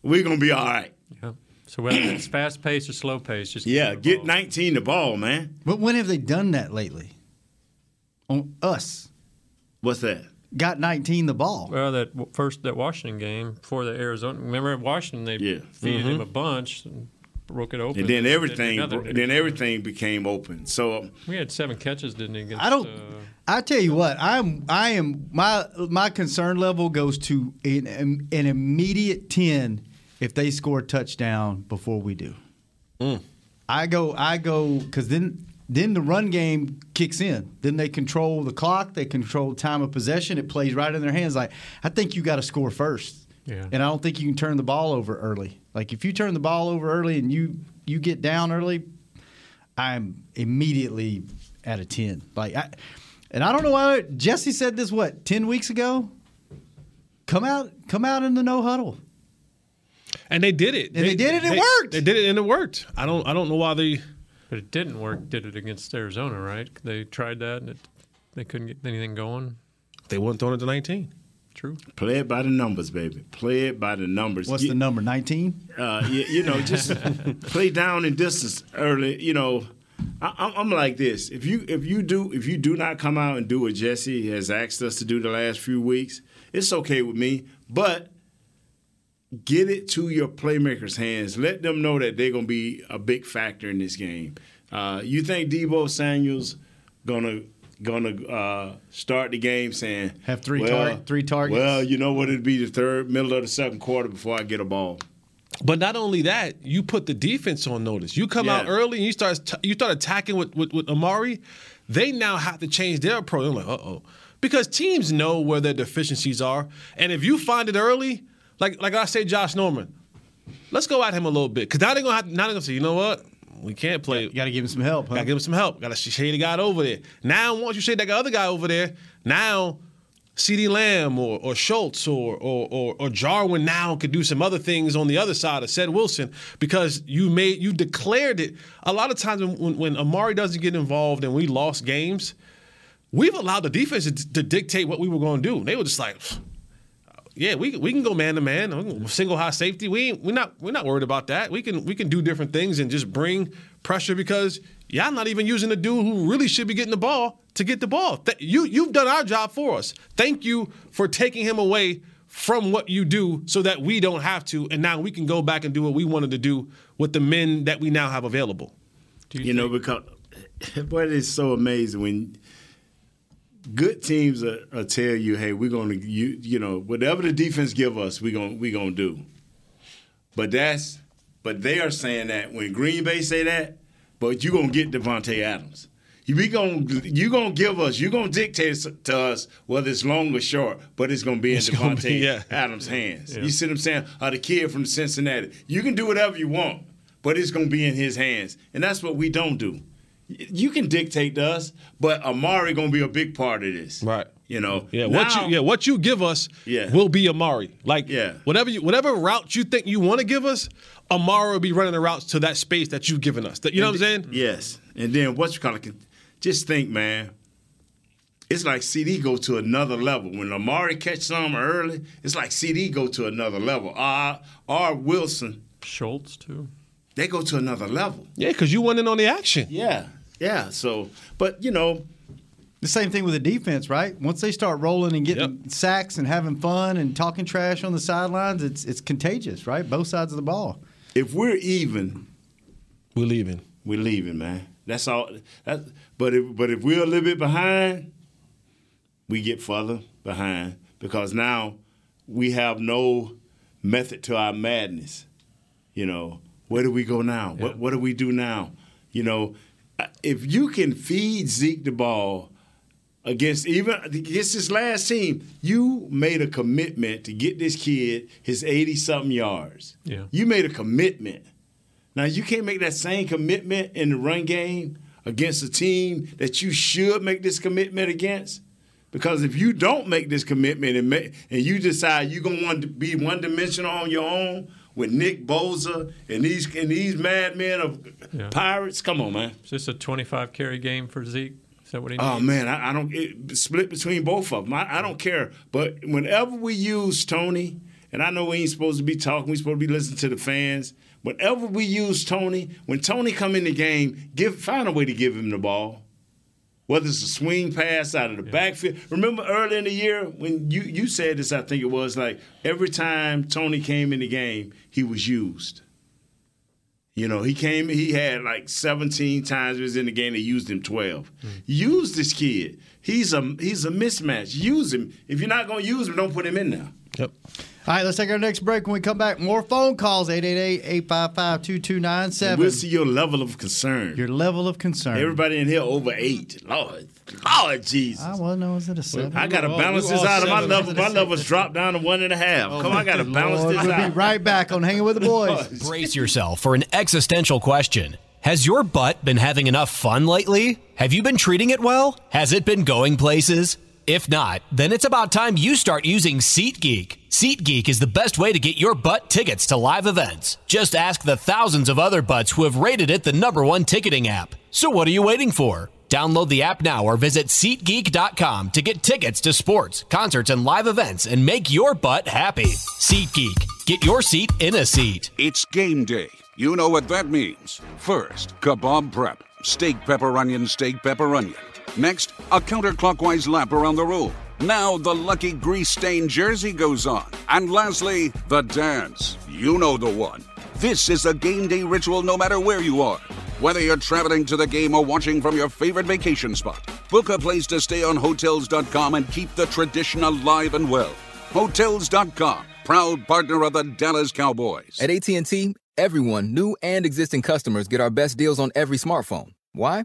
C: we're gonna be all right.
F: Yeah. So whether it's fast paced or slow paced, just
C: Yeah, get 19 the ball, man.
B: But when have they done that lately? On us.
C: What's that?
B: Got 19 the ball.
F: Well, that w- first that Washington game before the Arizona. Remember at Washington they feeded him a bunch and broke it open.
C: Mm-hmm. And then everything
F: another day.
C: then everything became open. So um,
F: we had seven catches, didn't he? Against,
B: I don't.
F: uh,
B: I tell you what, I'm. I am. My my concern level goes to an, an immediate ten if they score a touchdown before we do.
C: Mm.
B: I go. I go because then then the run game kicks in. Then they control the clock. They control time of possession. It plays right in their hands. Like I think you got to score first.
F: Yeah.
B: And I don't think you can turn the ball over early. Like if you turn the ball over early and you you get down early, I'm immediately at a ten. Like I, and I don't know why Jesse said this. What ten weeks ago? Come out, come out in the no huddle.
D: And they did it.
B: And they did it, it worked.
D: They did it, and it worked. I don't. I don't know why they.
F: But it didn't work. Did it against Arizona, right? They tried that and it, they couldn't get anything going.
D: They weren't throwing it to 19.
F: True.
C: play it by the numbers, baby. Play it by the numbers.
B: What's
C: You-
B: the number? Nineteen.
C: uh, you, you know, just play down and distance early. You know, I, I'm, I'm like this: if you if you do if you do not come out and do what Jesse has asked us to do the last few weeks, it's okay with me. But get it to your playmakers' hands. Let them know that they're going to be a big factor in this game. Uh, you think Debo Samuel's gonna gonna uh, start the game saying
B: Have three
C: well,
B: tar- three targets.
C: Well, you know what? It'd be the third, middle of the second quarter before I get a ball.
D: But not only that, you put the defense on notice. You come out
C: Yeah.
D: early and you start you start attacking with, with with Amari. They now have to change their approach. I'm like, uh oh, because teams know where their deficiencies are, and if you find it early, like like I say, Josh Norman, let's go at him a little bit because now they're gonna have now they're gonna say, you know what, we can't play. You
B: gotta give him some help.
D: Gotta give him some help. Gotta shade the guy over there. Now once you shade that other guy over there, now. C.D. Lamb or, or Schultz or, or or or Jarwin now could do some other things on the other side of said Wilson because you made you declared it. A lot of times when, when, when Amari doesn't get involved and we lost games, we've allowed the defense to, to dictate what we were going to do. They were just like, yeah, we we can go man to man, single high safety. We ain't, we're not we're not worried about that. We can we can do different things and just bring pressure because y'all not even using the dude who really should be getting the ball to get the ball. Th- you you've done our job for us. Thank you for taking him away from what you do so that we don't have to, and now we can go back and do what we wanted to do with the men that we now have available.
C: you, know because but it's so amazing when good teams are, are tell you hey we're going to you you know whatever the defense give us we're going we going to do but that's but they are saying that when green bay say that but you're going to get devonte adams you we going you going to give us you're going to dictate to us whether it's long or short but it's going to be in
D: It's gonna be-
C: devonte
D: yeah.
C: adams hands
D: Yeah.
C: you see what i'm saying or the kid from cincinnati you can do whatever you want but it's going to be in his hands and that's what we don't do you can dictate to us, but Amari gonna be a big part of this, right? You know,
D: Yeah, what
C: Now-
D: you yeah what you give us
C: Yeah.
D: will be Amari. Like whatever you, whatever route you think you want to give us, Amari will be running the routes to that space that you've given us. That- you know what I'm saying?
C: Yes, and then what you call it? Just think, man. It's like CD go to another level when Amari catch some early. It's like CD go to another level. R. R. Wilson,
F: Schultz too.
C: They go to another level.
D: Yeah, because you went in on the action.
C: Yeah, yeah. So, but you know,
B: The same thing with the defense, right? Once they start rolling and getting sacks and having fun and talking trash on the sidelines, it's it's contagious, right? Both sides of the ball.
C: if we're even,
D: we're leaving.
C: We're leaving, man. That's all. That, but if but if we're a little bit behind, we get further behind because now we have no method to our madness. You know, where do we go now? What what do we do now? You know, I- if you can feed Zeke the ball against even against this last team, you made a commitment to get this kid his eighty something yards.
F: Yeah.
C: You made a commitment. Now you can't make that same commitment in the run game against a team that you should make this commitment against? Because if you don't make this commitment and, ma- and you decide you're gonna want to be one dimensional on your own with Nick Boza and these and these madmen of Pirates, come on, man.
F: Is this a 25 carry game for Zeke? Is that what he needs?
C: Oh man, I, I don't it, split between both of them. I, I don't care. But whenever we use Tony, and I know we ain't supposed to be talking, we supposed to be listening to the fans. Whenever we use Tony, when Tony come in the game, give find a way to give him the ball. Whether it's a swing pass out of the backfield. Remember early in the year when you you said this, I think it was like every time Tony came in the game, he was used. You know, he came, he had like 17 times he was in the game, they used him 12.
B: Hmm.
C: Use this kid. He's a he's a mismatch. Use him. If you're not gonna use him, don't put him in there.
B: Yep. All right, let's take our next break. When we come back, more phone calls 888 855 2297.
C: We'll see your level of concern.
B: Your level of concern.
C: Everybody in here over eight. Lord. Lord Jesus.
B: I wasn't know, was it a seven?
C: I gotta balance this out of my level. My level's dropped down to one and a half. Come on, I gotta balance
B: Oh Lord,
C: this
B: we'll
C: out.
B: be right back on Hanging with the Boys.
K: Brace yourself for an existential question. Has your butt been having enough fun lately? Have you been treating it well? Has it been going places? If not, then it's about time you start using SeatGeek. SeatGeek is the best way to get your butt tickets to live events. Just ask the thousands of other butts who have rated it the number one ticketing app. So what are you waiting for? Download the app now or visit SeatGeek.com to get tickets to sports, concerts, and live events and make your butt happy. SeatGeek. Get your seat in a seat.
L: It's game day. You know what that means. First, kebab prep. Steak, pepper, onion, steak, pepper, onion. Next, a counterclockwise lap around the room. Now the lucky grease stained jersey goes on. And lastly, the dance. You know the one. This is a game day ritual no matter where you are. Whether you're traveling to the game or watching from your favorite vacation spot, book a place to stay on Hotels.com and keep the tradition alive and well. Hotels.com, proud partner of the Dallas Cowboys.
M: At AT&T, everyone, new and existing customers get our best deals on every smartphone. Why?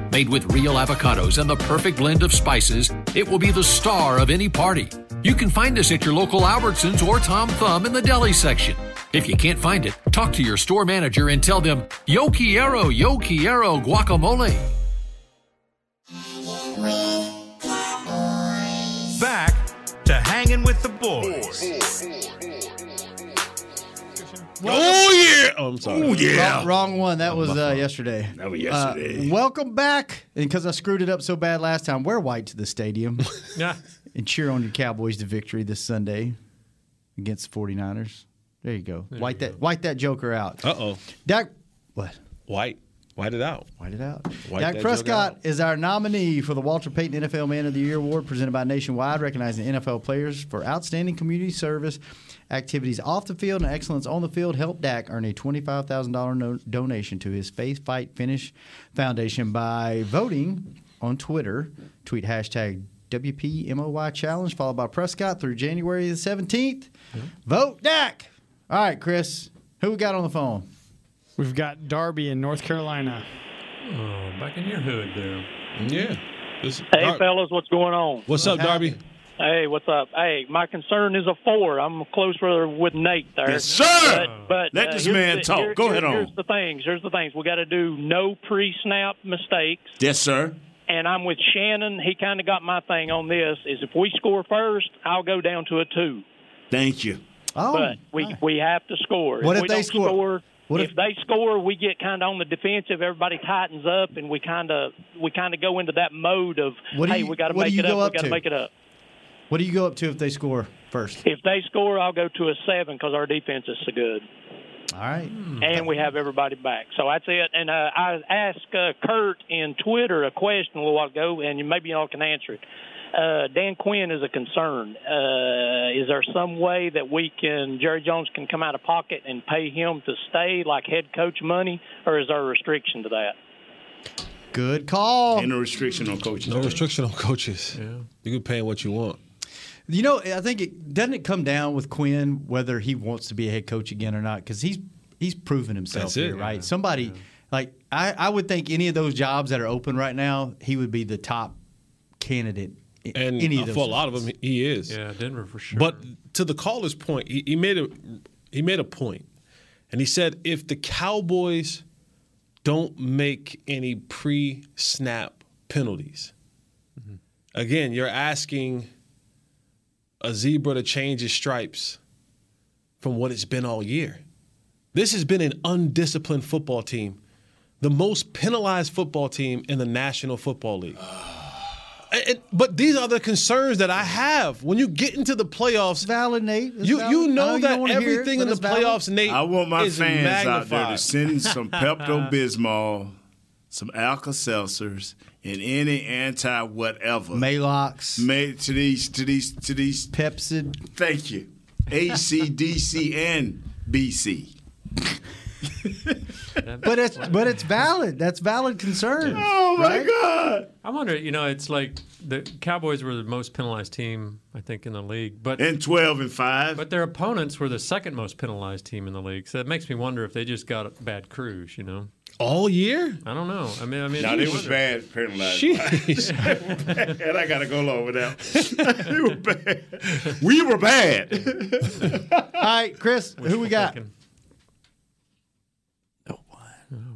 N: Made with real avocados and the perfect blend of spices, it will be the star of any party. You can find us at your local Albertsons or Tom Thumb in the deli section. If you can't find it, talk to your store manager and tell them, Yo quiero, yo quiero guacamole.
H: Back to hanging with the boys.
C: Oh yeah! Oh, I'm sorry.
B: Wrong- Wrong, one. That was uh, yesterday.
C: That was yesterday.
B: Uh, welcome back. And because I screwed it up so bad last time, wear white to the stadium
F: Yeah.
B: and cheer on your Cowboys to victory this Sunday against the 49ers. There you go. white that white that joker out.
D: Uh oh.
B: Dak what?
D: White. White it out.
B: White it out.
D: White
B: Dak Prescott is our nominee for the Walter Payton NFL Man of the Year Award presented by Nationwide, recognizing NFL players for outstanding community service activities off the field and excellence on the field. Help Dak earn a $25,000 no- donation to his Faith Fight Finish Foundation by voting on Twitter. Tweet hashtag WPMOY Challenge, followed by Prescott through January the 17th. Vote Dak. All right, Chris, who we got on the phone?
E: We've got Darby in North Carolina.
F: Oh, back in your hood there.
D: Yeah.
O: Hey,
D: Dar-
O: fellas, what's going on?
D: What's up, Darby?
O: Hey, what's up? Hey, my concern is a four. I'm a close brother with Nate there.
C: Yes, sir!
O: But, but,
C: Let
O: uh,
C: this
O: here's
C: man
O: the-
C: talk. Go ahead on.
O: Here's the things. Here's the things. We got to do no pre-snap mistakes.
C: Yes, sir.
O: And I'm with Shannon. He kind of got my thing on this. Is if we score first, I'll go down to a two.
C: Thank you.
B: Oh,
O: but we we have to score.
C: What if
O: we
C: they
O: don't
C: score? What
O: if,
C: if-
O: they score, we get kind of on the defensive. Everybody tightens up, and we kind of we kind of go into that mode of
B: What do
O: hey,
B: you-
O: we got to
B: what do
O: make
B: you
O: it
B: go
O: up.
B: up
O: we got
B: to?
O: make it up.
B: What do you go up to if they score first?
O: If they score, I'll go to a seven because our defense is so good,
B: All right.
O: and we have everybody back. So that's it. And uh, I asked uh, Kurt in Twitter a question a little while ago, and you- maybe y'all can answer it. uh, Dan Quinn is a concern. Uh, is there some way that we can Jerry Jones can come out of pocket and pay him to stay like head coach money, or is there a restriction to that?
B: Good call.
C: And no restriction on coaches.
D: No restriction on coaches. Yeah. You can pay him what you want.
B: You know, I think it doesn't it come down with Quinn whether he wants to be a head coach again or not because he's he's proven himself
D: That's it,
B: here, right?
D: yeah.
B: Somebody like I, I would think any of those jobs that are open right now, he would be the top candidate. i-
D: And
B: any of
D: for
B: those
D: a lot of them, he- he is.
F: Yeah, Denver for sure.
D: But to the caller's point, he, he made a he made a point, and he said if the Cowboys don't make any pre-snap penalties, again, you're asking a zebra to change his stripes from what it's been all year. This has been an undisciplined football team, the most penalized football team in the National Football League.
B: Ah.
D: And- and- but these are the concerns that I have when you get into the playoffs.
B: Valid, Nate.
D: You
B: valid.
D: you
B: I know
D: know
B: you
D: that
B: don't wanna hear it,
D: everything
B: but
D: in the
B: it's valid.
D: playoffs, Nate.
C: I want my
D: is
C: fans out
D: magnified.
C: there to send some Pepto Bismol, some Alka Seltzers, and any anti whatever
B: Malox
C: made to these to these to these
B: Pepsid.
C: Thank you, ACDC and BC.
B: But it's but it's valid. That's valid concern.
C: Oh my God!
F: I wonder, you know, it's like the Cowboys were the most penalized team, I think, in the league. But
C: and twelve and five.
F: But their opponents were the second most penalized team in the league. So it makes me wonder if they just got a bad crews, you know.
D: All year?
F: I don't know. I mean I mean
C: Now they was bad penalized. and I gotta go along with that. They were bad. We were bad.
B: All right, Chris, who we got?
F: Oh,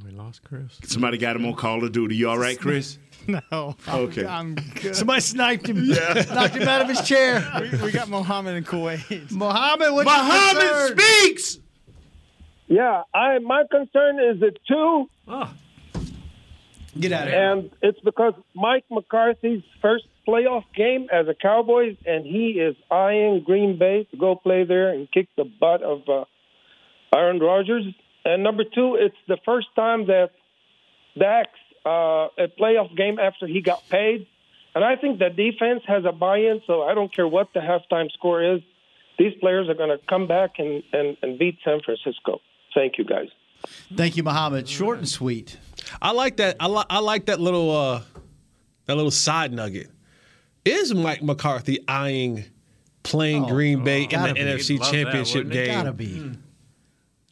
F: we lost Chris.
C: Somebody got him on Call of Duty. You all right, Chris?
E: No. I'm-
C: Okay.
E: I'm good.
B: Somebody sniped him.
C: Yeah.
B: Knocked him out of his chair.
E: We, we got Mohammed and Kuwait.
B: Mohammed, what's your
C: Mohammed
B: concern?
C: speaks.
P: Yeah, I my concern is the two,
C: Ah.
B: Get out of here.
P: and it's because Mike McCarthy's first playoff game as a Cowboys, and he is eyeing Green Bay to go play there and kick the butt of uh, Aaron Rodgers. And number two, it's the first time that Dax uh, a playoff game after he got paid, and I think the defense has a buy-in. So I don't care what the halftime score is; these players are going to come back and, and, and beat San Francisco. Thank you, guys.
B: Thank you, Mohammed. Short and sweet.
D: I like that. I, li- I like that little uh, that little side nugget. Is Mike McCarthy eyeing playing Green Bay
B: Oh,
D: in
B: gotta
D: the
B: be.
D: NFC
B: He'd love that,
D: Championship
B: wouldn't he?
D: game?
B: Gotta be.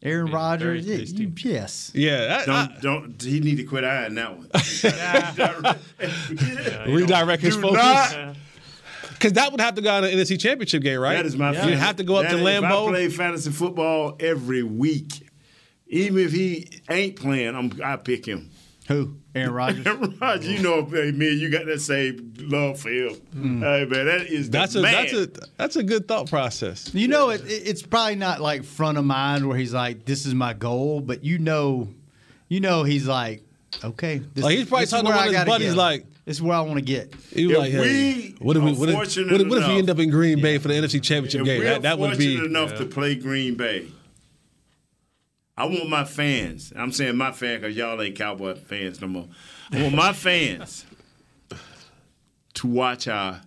B: Aaron Rodgers.
D: very
B: y- y- Yes.
D: Yeah, I-
C: Don't don't. He need to quit eyeing that one.
D: I- redirect his
C: Do
D: focus.
C: not-
D: Because that would have to go on an NFC Championship game, right?
C: That is my.
D: You
C: fantasy-
D: have to go up
C: that
D: to
C: is- if I
D: Lambeau.
C: play fantasy football every week. Even if he ain't playing, I'm I pick him.
B: Who? Aaron Rodgers.
C: Rod, you know, hey, man, you got that same love for him. Hey, man, that is the
D: Hmm. That's a
C: man.
D: that's a that's a good thought process.
B: You know, it, it- it's probably not like front of mind where he's like, "This is my goal," but you know, you know, he's like, "Okay." This,
D: Like, he's probably
B: this is
D: talking to
B: where
D: one
B: I
D: of his
B: gotta
D: buddies,
B: get.
D: like-
B: "This is where I want to get."
D: He was
C: If
D: like, hey,
C: we
D: what if,
C: are
D: we, what, if,
C: fortunate
D: what if- what if
C: enough-
D: we end up in Green Bay for the NFC Championship
C: If
D: game?
C: we're
D: That, that would be
C: fortunate enough to play Green Bay. I want my fans. I'm saying my fan because y'all ain't Cowboy fans no more. I want my fans to watch our,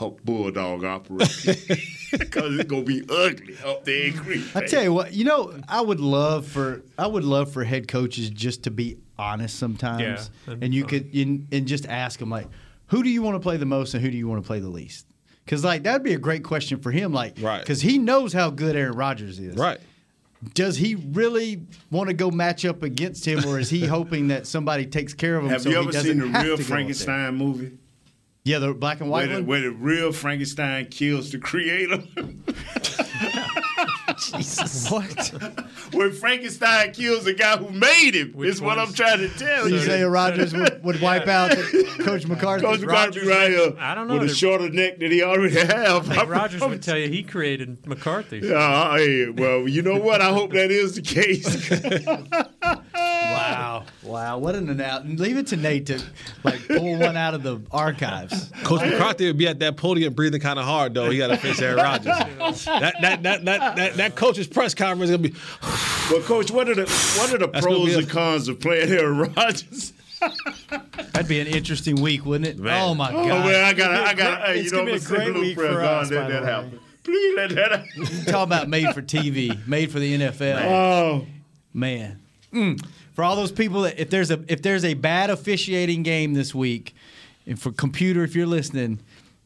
C: our bulldog opera because it's gonna be ugly up there in Green Bay.
B: I tell you what, you know, I would love for I would love for head coaches just to be honest
F: Yeah,
B: sometimes,
F: that'd be
B: and you
C: uh,
F: fun.
B: could and, and just ask them like, who do you want to play the most and who do you want to play the least? Because like that'd be a great question for him, like,
D: Right.
B: Because he knows how good Aaron Rodgers is,
D: right.
B: Does he really want to go match up against him, or is he hoping that somebody takes care of him?
C: Have
B: so
C: you
B: he
C: ever
B: doesn't
C: seen the
B: have
C: real
B: to go out there?
C: Frankenstein movie?
B: Yeah, the black and white
C: where, the,
B: one.
C: where the real Frankenstein kills the creator.
B: Jesus, what?
C: when Frankenstein kills the guy who made him,
F: Which
C: is what I'm
F: one's-
C: trying to tell
B: you
C: you.
B: say Rodgers would, would wipe out Coach McCarthy?
C: Coach McCarthy
F: Rodgers-
C: right here
F: I don't know.
C: with a
F: They're-
C: shorter neck that he already have.
F: I think Rogers would tell you he created McCarthy.
C: Uh, hey, well, you know what? I hope that is the case.
B: Wow. Wow. What an announcement. Leave it to Nate to like pull one out of the archives.
D: Coach McCarthy would be at that podium breathing kind of hard though. He got to face Aaron Rodgers. that, that, that, that, that, that coach's press conference is gonna be.
C: But coach, what are the what are the
D: That's gonna
C: pros
D: be a-
C: and cons of playing Aaron Rodgers?
B: That'd be an interesting week, wouldn't it? Oh my
C: Oh,
B: god!
C: well, I got, I got. Hey,
B: It's
C: you know,
B: gonna be a
C: I'm gonna
B: great
C: send a
B: week
C: little prayer.
B: for
C: God,
B: us.
C: let
B: by
C: that
B: the way.
C: happen. Please let that happen.
B: Talk about made for TV, made for the NFL.
C: Oh
B: man, Mm. for all those people that if there's a if there's a bad officiating game this week, and for computer if you're listening,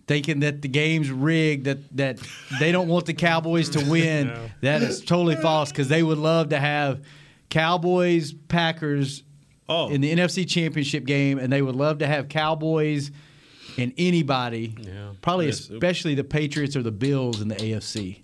B: thinking that the game's rigged that that they don't want the Cowboys to win, that is totally false because they would love to have Cowboys Packers
C: Oh.
B: in the NFC Championship game, and they would love to have Cowboys. And anybody, probably
F: Yes.
B: especially the Patriots or the Bills in the AFC.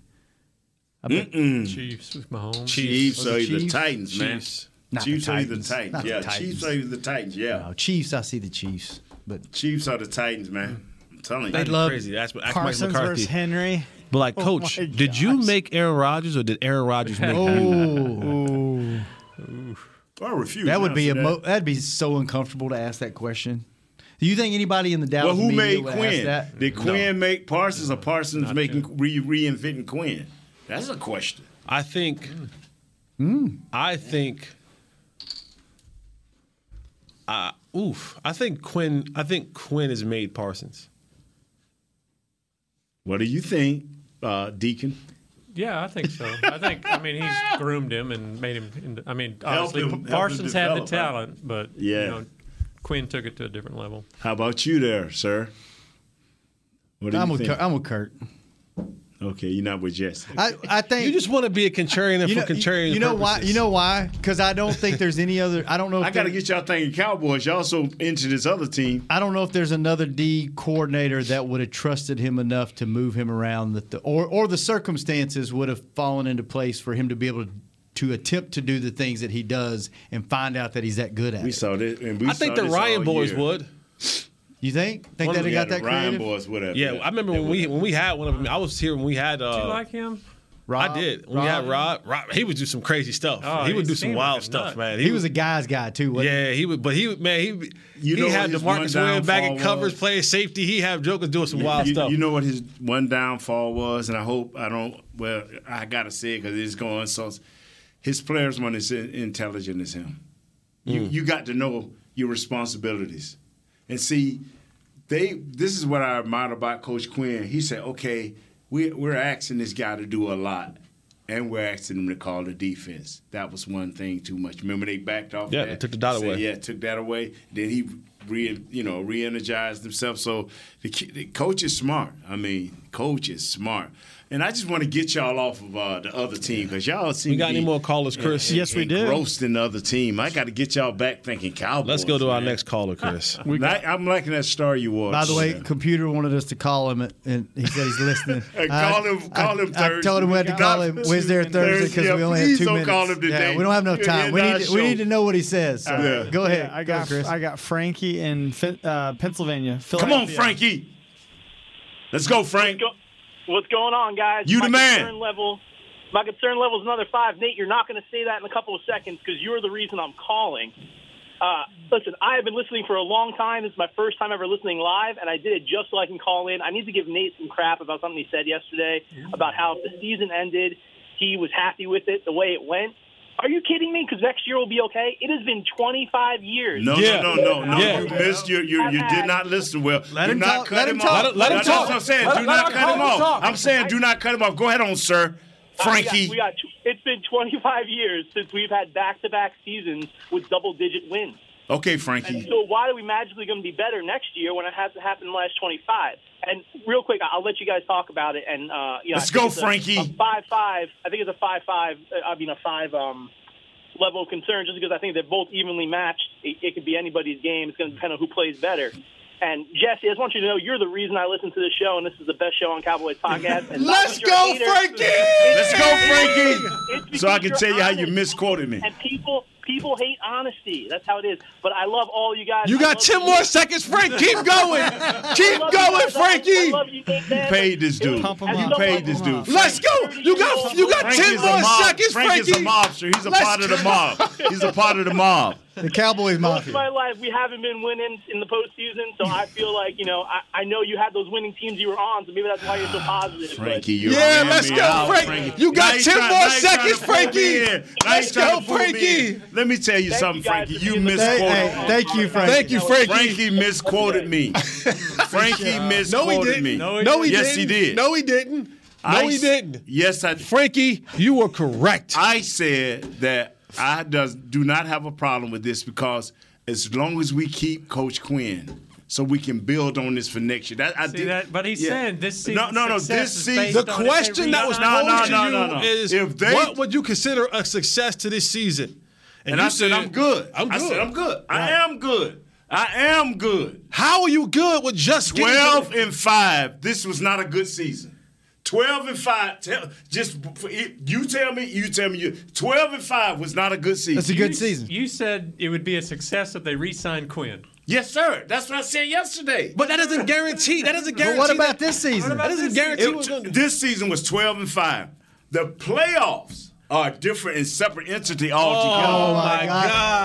B: I bet-
F: Chiefs with Mahomes.
C: Chiefs
B: Oh,
C: or
B: the
C: either
B: Chiefs?
C: Titans, man.
B: Chiefs. Not the
C: Chiefs or either
B: Titans.
C: Titans.
B: Not the
C: yeah,
B: Titans.
C: Chiefs or either the Titans. Yeah,
B: No, Chiefs, I see the Chiefs, but
C: Chiefs are the Titans, man. I'm telling you,
B: They'd love-
Q: crazy. That's what- ask Mike
E: Parsons
Q: McCarthy.
E: versus Henry.
Q: But like,
E: Oh
Q: coach,
E: my
Q: did you make Aaron Rodgers or did Aaron Rodgers make
B: Oh.
Q: you?
C: I refuse.
B: That
C: to
B: would be a
C: answer
B: mo- that'd be so uncomfortable to ask that question. Do you think anybody in the
C: Well,
B: Dallas
C: who
B: media
C: made
B: would
C: Quinn?
B: ask that?
C: Did Quinn make Parsons or Parsons
B: Not
C: making re- reinventing Quinn? That's a question. Hmm.
D: I think. I think. Uh, oof! I think Quinn. I think Quinn has made Parsons.
C: What do you think, uh, Deacon?
F: Yeah, I think so. I think I mean he's groomed him and made him. into- I mean,
C: Helped
F: obviously
C: him- helped him
F: Parsons had
C: develop,
F: the
C: right?
F: talent, but
C: Yeah.
F: you know, Quinn took it to a different level.
C: How about you, there, sir? What do
B: I'm
C: you
B: with
C: think?
B: Kurt, I'm with Kurt.
C: okay, you're not with Jesse.
B: I, I think
D: you just want to be a contrarian
B: You know,
D: for contrarian.
B: you know why? You know why? Because I don't think there's any other. I don't know. If
C: I got to
B: there-
C: get y'all thinking Cowboys. Y'all so into this other team.
B: I don't know if there's another D coordinator that would have trusted him enough to move him around that the or or the circumstances would have fallen into place for him to be able to to attempt to do the things that he does and find out that he's that good at.
C: We
B: it.
C: saw this, and we
D: I think
C: saw
D: the
C: this
D: Ryan
C: all
D: boys
C: year.
D: would.
B: You think? Think
C: One of
B: that
C: them
B: he got
C: had
B: that
C: the Ryan
B: creative?
C: boys, whatever.
D: Yeah, I remember when we when we had one of them. I was here when we had. Uh,
F: Do you like him?
B: Rob?
D: I did. When we
B: Rob?
D: had Rob, Rob, he would do some crazy stuff.
F: Oh,
D: he would
F: he
D: do some
F: seemed
D: wild
F: like a
D: stuff,
F: nut.
D: man.
B: He, was a guy's guy too. Wasn't
D: Yeah, he would, but he would, man, he
C: You
D: he
C: know
D: had
C: what
D: DeMarcus
C: his one
D: Williams back in
C: downfall
D: covers,
C: was?
D: playing safety. He had jokers doing some wild
C: you,
D: stuff.
C: You know what his one downfall was, and I hope I don't. Well, I gotta say it because it's going so. His players weren't as in- intelligent as him. You
B: Hmm.
C: you got to know your responsibilities, and see, they. This is what I admire about Coach Quinn. He said, "Okay, we, we're asking this guy to do a lot." And we're asking him to call the defense. That was one thing too much. Remember they backed off.
D: Yeah,
C: that,
D: they took the dot
C: said,
D: away.
C: Yeah, took that away. Then he re you know re-energized himself. So the, ki- the coach is smart. I mean, coach is smart. And I just want to get y'all off of uh, the other team because y'all seem
D: We got
C: to be
D: any more callers, Chris? Yes, we do.
C: Engrossed in the other team. I got to get y'all back thinking Cowboys.
D: Let's go to our
C: man.
D: next caller, Chris.
C: Like- I'm liking that star you watched.
B: By the way, computer wanted us to call him, and he said he's listening.
C: Hey,
B: I-
C: call him- call
B: I-
C: him
B: I told him we had to
C: Thursday.
B: call him Wednesday or Thursday because
C: Yeah,
B: we only have
C: please
B: two
C: don't
B: minutes.
C: call him today.
B: Yeah, we don't have enough
C: It
B: time.
C: is
B: We
C: our
B: need, to, we
C: show.
B: need to know what he says. So
C: Yeah.
B: Go ahead.
E: Yeah, I
B: Go,
E: got
B: Chris.
E: I got Frankie in Phi- uh, Pennsylvania.
C: Come on,
E: Philadelphia.
C: Frankie. Let's go, Frank.
R: What's going on, guys?
C: You
R: my
C: the man.
R: Concern level, my concern level is another five. Nate, you're not going to say that in a couple of seconds because you're the reason I'm calling. Uh, listen, I have been listening for a long time. This is my first time ever listening live, and I did it just so I can call in. I need to give Nate some crap about something he said yesterday about how if the season ended, he was happy with it, the way it went. Are you kidding me? Because next year will be okay. It has been 25 years.
C: No, no, no, no, no. You missed your, you, you did not listen well.
R: Let
C: do
R: him
C: not
R: talk-
C: cut
R: let
C: him,
R: him talk.
C: off.
R: Let him
C: That's
R: talk.
C: what I'm saying.
R: Let-
C: do
R: let
C: not
R: him
C: cut him
R: talk.
C: off.
R: Talk.
C: I'm saying do not cut him off. Go ahead on, sir. Frankie.
R: Uh, We got, we got, it's been 25 years since we've had back-to-back seasons with double-digit wins.
C: okay, Frankie.
R: And so why are we magically going to be better next year when it hasn't happened in the last 25? And real quick, I'll let you guys talk about it. And uh, you know, I
C: Let's
R: think
C: go,
R: it's a-
C: Frankie.
R: A five-five. I think it's a five-five. uh, I mean, a five um, level of concern, just because I think they're both evenly matched. It, it could be anybody's game. It's going to depend on who plays better. And Jesse, I just want you to know you're the reason I listen to this show, and this is the best show on Cowboys podcast. And not
C: Let's
R: because you're a
C: go,
R: hater.
C: Frankie. Let's go, Frankie. So I can tell you how you misquoted me.
R: And people people hate honesty. That's how it is. But I love all you guys.
D: You
R: I
D: got
R: love
D: 10 more seconds, Frank. Keep going. Keep
R: I love you
D: going,
R: guys. I- I
D: Frankie.
R: love you, Dave
C: You
R: Dash.
C: paid this dude.
R: Pump him
C: You
R: up.
C: paid this dude.
D: Let's go. You got you got
C: Frank
D: ten
C: is a
D: more
C: mob.
D: seconds,
C: Frank
D: Frankie.
C: is a mobster. He's a
D: Let's
C: part of the
D: go.
C: mob. He's a part of the mob.
B: The Cowboys
R: Most of
B: Mafia.
R: my life, we haven't been winning in the postseason, so I feel like you know I, I know you had those winning teams you were on, so maybe that's why you're so
D: Ah,
R: positive.
C: Frankie, you
D: Yeah,
C: ran
D: let's
C: me
D: go,
C: out,
D: Frank. You got
C: Now he's
D: 10
C: trying-
D: more
C: now he's trying to
D: seconds,
C: pull me
D: Frankie.
C: in. Now he's
D: Let's
C: trying
D: go,
C: to pull me
D: Frankie.
C: in. Let me tell you something, Frankie. You
D: Thank-
C: misquoted.
D: hey, thank you, Frankie. Thank you, Frankie.
C: Frankie misquoted me. Frankie
D: No, he
C: misquoted
D: didn't.
C: me.
D: No, he didn't.
C: Yes, he did.
D: No, he didn't. No,
C: I
D: he
C: s-
D: didn't.
C: Yes, I.
D: Frankie, you were correct.
C: I said that I does do not have a problem with this because as long as we keep Coach Quinn. So we can build on this for next year. That, I
F: See
C: did,
F: that? But he said this
C: No,
F: season's
C: no, no.
F: success
C: This
F: is
C: season.
F: based The on if they question
D: question that was
C: no,
D: posed
C: no,
D: to
C: no,
D: you
C: no, no.
D: is
C: if they
D: what would you consider a success to this season?
C: And,
D: you
C: I said, I'm good.
D: I'm
C: I
D: good.
C: said, I'm good. I
D: Right.
C: am good. I am good.
D: How are you good with just getting to-
C: 12 and 5? This was not a good season. 12 and 5. Tell, just for it- you tell me, you tell me. You, 12 and 5 was not a good season.
F: You- You said it would be a success if they re-signed Quinn.
C: Yes, sir. That's what I said yesterday.
D: But that doesn't guarantee. That doesn't
F: But what guarantee about that- this season? What about
C: That
F: this
C: doesn't
F: season?
C: guarantee.
F: It-
C: this season was 12 and 5. The playoffs are a different and separate entity altogether.
F: Oh,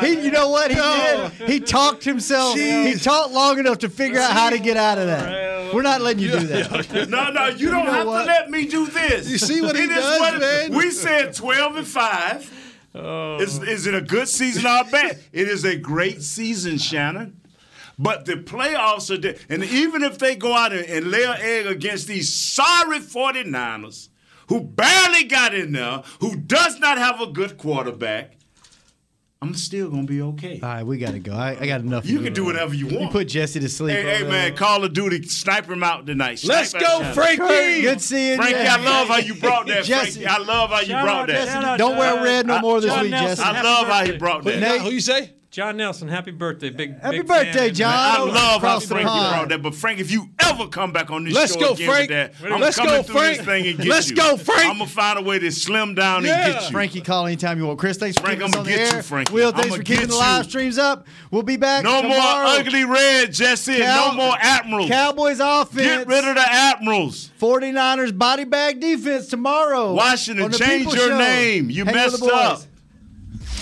B: He, you know what he did? He talked himself. He talked long enough to figure out how to get out of that. We're not letting you do that.
C: no, no, you don't
B: know
C: have
B: what?
C: to let me do this.
B: You see what he
C: It is
B: does, man?
C: We said 12 and 5. Is, is it a good season or bad? it is a great season, Shannon. But the playoffs are there. And even if they go out and, and lay an egg against these sorry 49ers who barely got in there, who does not have a good quarterback, I'm still going to be okay.
B: All right, we gotta go. I, I got enough.
C: You can do whatever you
B: You
C: want.
B: put Jesse to sleep.
C: Hey, hey
B: over
C: man, Call of Duty, snipe him out tonight. Snipe
B: Let's
C: him
B: go,
C: out.
B: Frankie! Kurt, good seeing
C: Frankie,
B: you.
C: I love how you brought that,
B: Jesse.
C: Frankie. I love how you
F: Shout
C: brought
F: out,
C: that.
F: Jesse. Shout
B: Don't wear red no more this
F: John
B: week,
F: Nelson,
B: Jesse.
F: happy
C: I love how
F: birthday.
C: he brought that.
F: Nate-
C: Who you
D: say?
F: John Nelson, happy birthday, big
B: Happy
F: big
B: birthday,
F: fan.
B: John.
C: I
B: Over
C: love how
B: across the
C: Frankie
B: pond.
C: brought that. But Frank, if you ever come back on this
D: Let's
C: show
D: go,
C: again
D: Frank.
C: with that, I'm
D: Let's
C: coming
D: go,
C: through
D: Frank.
C: this thing and get
D: Let's
C: you.
D: go, Frank.
C: I'm gonna find a way to slim down and get you.
B: Frankie, call anytime you want. Chris, thanks for
C: Frank,
B: keeping us
C: I'ma
B: on the
C: get you,
B: air.
C: Frankie.
B: Will, thanks
C: I'ma
B: for keeping
C: get
B: the live
C: you.
B: streams up. We'll be back
C: No
B: tomorrow.
C: more ugly red, Jesse.
B: Cow-
C: no more admirals.
B: Cowboys offense.
C: Get rid of the admirals.
B: 49ers body bag defense tomorrow. on
C: Washington,
B: the
C: change
B: People
C: your
B: Show.
C: name. You
B: Hang with the
C: messed
B: boys.
C: up.